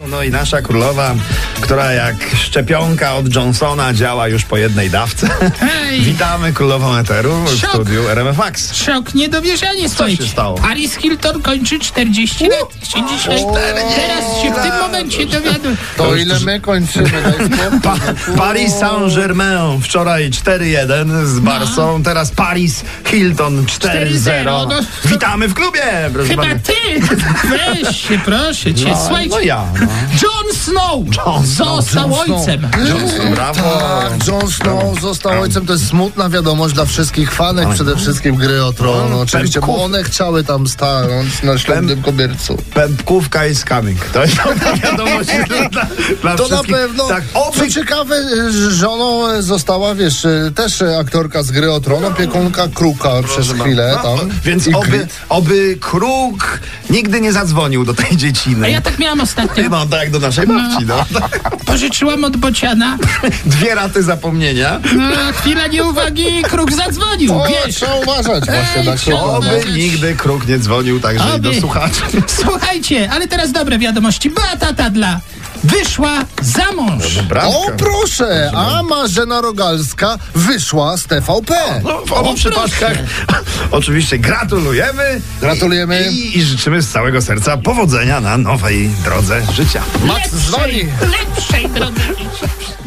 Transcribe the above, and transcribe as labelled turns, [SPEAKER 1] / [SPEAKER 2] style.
[SPEAKER 1] No i nasza królowa, która jak szczepionka od Johnsona działa już po jednej dawce.
[SPEAKER 2] Hej!
[SPEAKER 1] Witamy królową Eteru w
[SPEAKER 2] Szok.
[SPEAKER 1] studiu RMF Max.
[SPEAKER 2] Szok, niedowierzanie stoi.
[SPEAKER 1] się stało?
[SPEAKER 2] Paris Hilton kończy 40 lat. Się dzisiaj, teraz się w tym momencie dowiaduje.
[SPEAKER 3] To ile my kończymy? daj spokój.
[SPEAKER 1] Pa- Paris Saint-Germain wczoraj 4-1 z Barsą, teraz Paris Hilton 4-0.
[SPEAKER 2] 4-0, no.
[SPEAKER 1] Witamy w klubie, proszę
[SPEAKER 2] Chyba
[SPEAKER 1] pana.
[SPEAKER 2] ty! Weź się, proszę cię,
[SPEAKER 1] No,
[SPEAKER 2] słuchajcie.
[SPEAKER 1] no ja. No.
[SPEAKER 2] John Snow został
[SPEAKER 3] John Snow.
[SPEAKER 2] ojcem.
[SPEAKER 1] Johnson, brawo.
[SPEAKER 3] Tak, Jon Snow został ojcem. To jest smutna wiadomość dla wszystkich fanek, przede wszystkim gry o tron. Oczywiście, bo one chciały tam stanąć na ślubnym kobiercu.
[SPEAKER 1] Pępkówka i skamik. To jest dobra wiadomość dla, dla
[SPEAKER 3] To na
[SPEAKER 1] wszystkich.
[SPEAKER 3] pewno.
[SPEAKER 1] Tak,
[SPEAKER 3] Co
[SPEAKER 1] oby
[SPEAKER 3] ciekawe, y, żoną y, została, wiesz, y, też y, aktorka z gry o tron, opiekunka Kruka przez chwilę
[SPEAKER 1] No,
[SPEAKER 3] tam.
[SPEAKER 1] Więc
[SPEAKER 3] I
[SPEAKER 1] oby,
[SPEAKER 3] Grit.
[SPEAKER 1] oby kruk nigdy nie zadzwonił do tej dzieciny.
[SPEAKER 2] A ja tak miałam ostatnio.
[SPEAKER 1] No tak, do naszej babci, no.
[SPEAKER 2] Pożyczyłam od bociana.
[SPEAKER 1] Dwie raty zapomnienia.
[SPEAKER 2] No, chwila nieuwagi, kruk zadzwonił.
[SPEAKER 3] O,
[SPEAKER 2] Wiesz,
[SPEAKER 3] trzeba uważać właśnie
[SPEAKER 2] Ej,
[SPEAKER 3] na Kruka.
[SPEAKER 2] trzeba.
[SPEAKER 3] no.
[SPEAKER 1] Oby nigdy kruk nie dzwonił także no i do
[SPEAKER 2] Oby.
[SPEAKER 1] słuchaczy.
[SPEAKER 2] słuchajcie, ale teraz dobre wiadomości. Beata Tadla wyszła za mąż.
[SPEAKER 3] O
[SPEAKER 1] Bramka.
[SPEAKER 3] proszę, a Marzena Rogalska wyszła z TVP.
[SPEAKER 1] No, w obu
[SPEAKER 2] O,
[SPEAKER 1] przypadkach oczywiście gratulujemy.
[SPEAKER 3] Gratulujemy.
[SPEAKER 1] I, I życzymy z całego serca powodzenia na nowej drodze życia.
[SPEAKER 3] Max z
[SPEAKER 2] Lepszej,
[SPEAKER 3] nami.
[SPEAKER 2] lepszej drogi.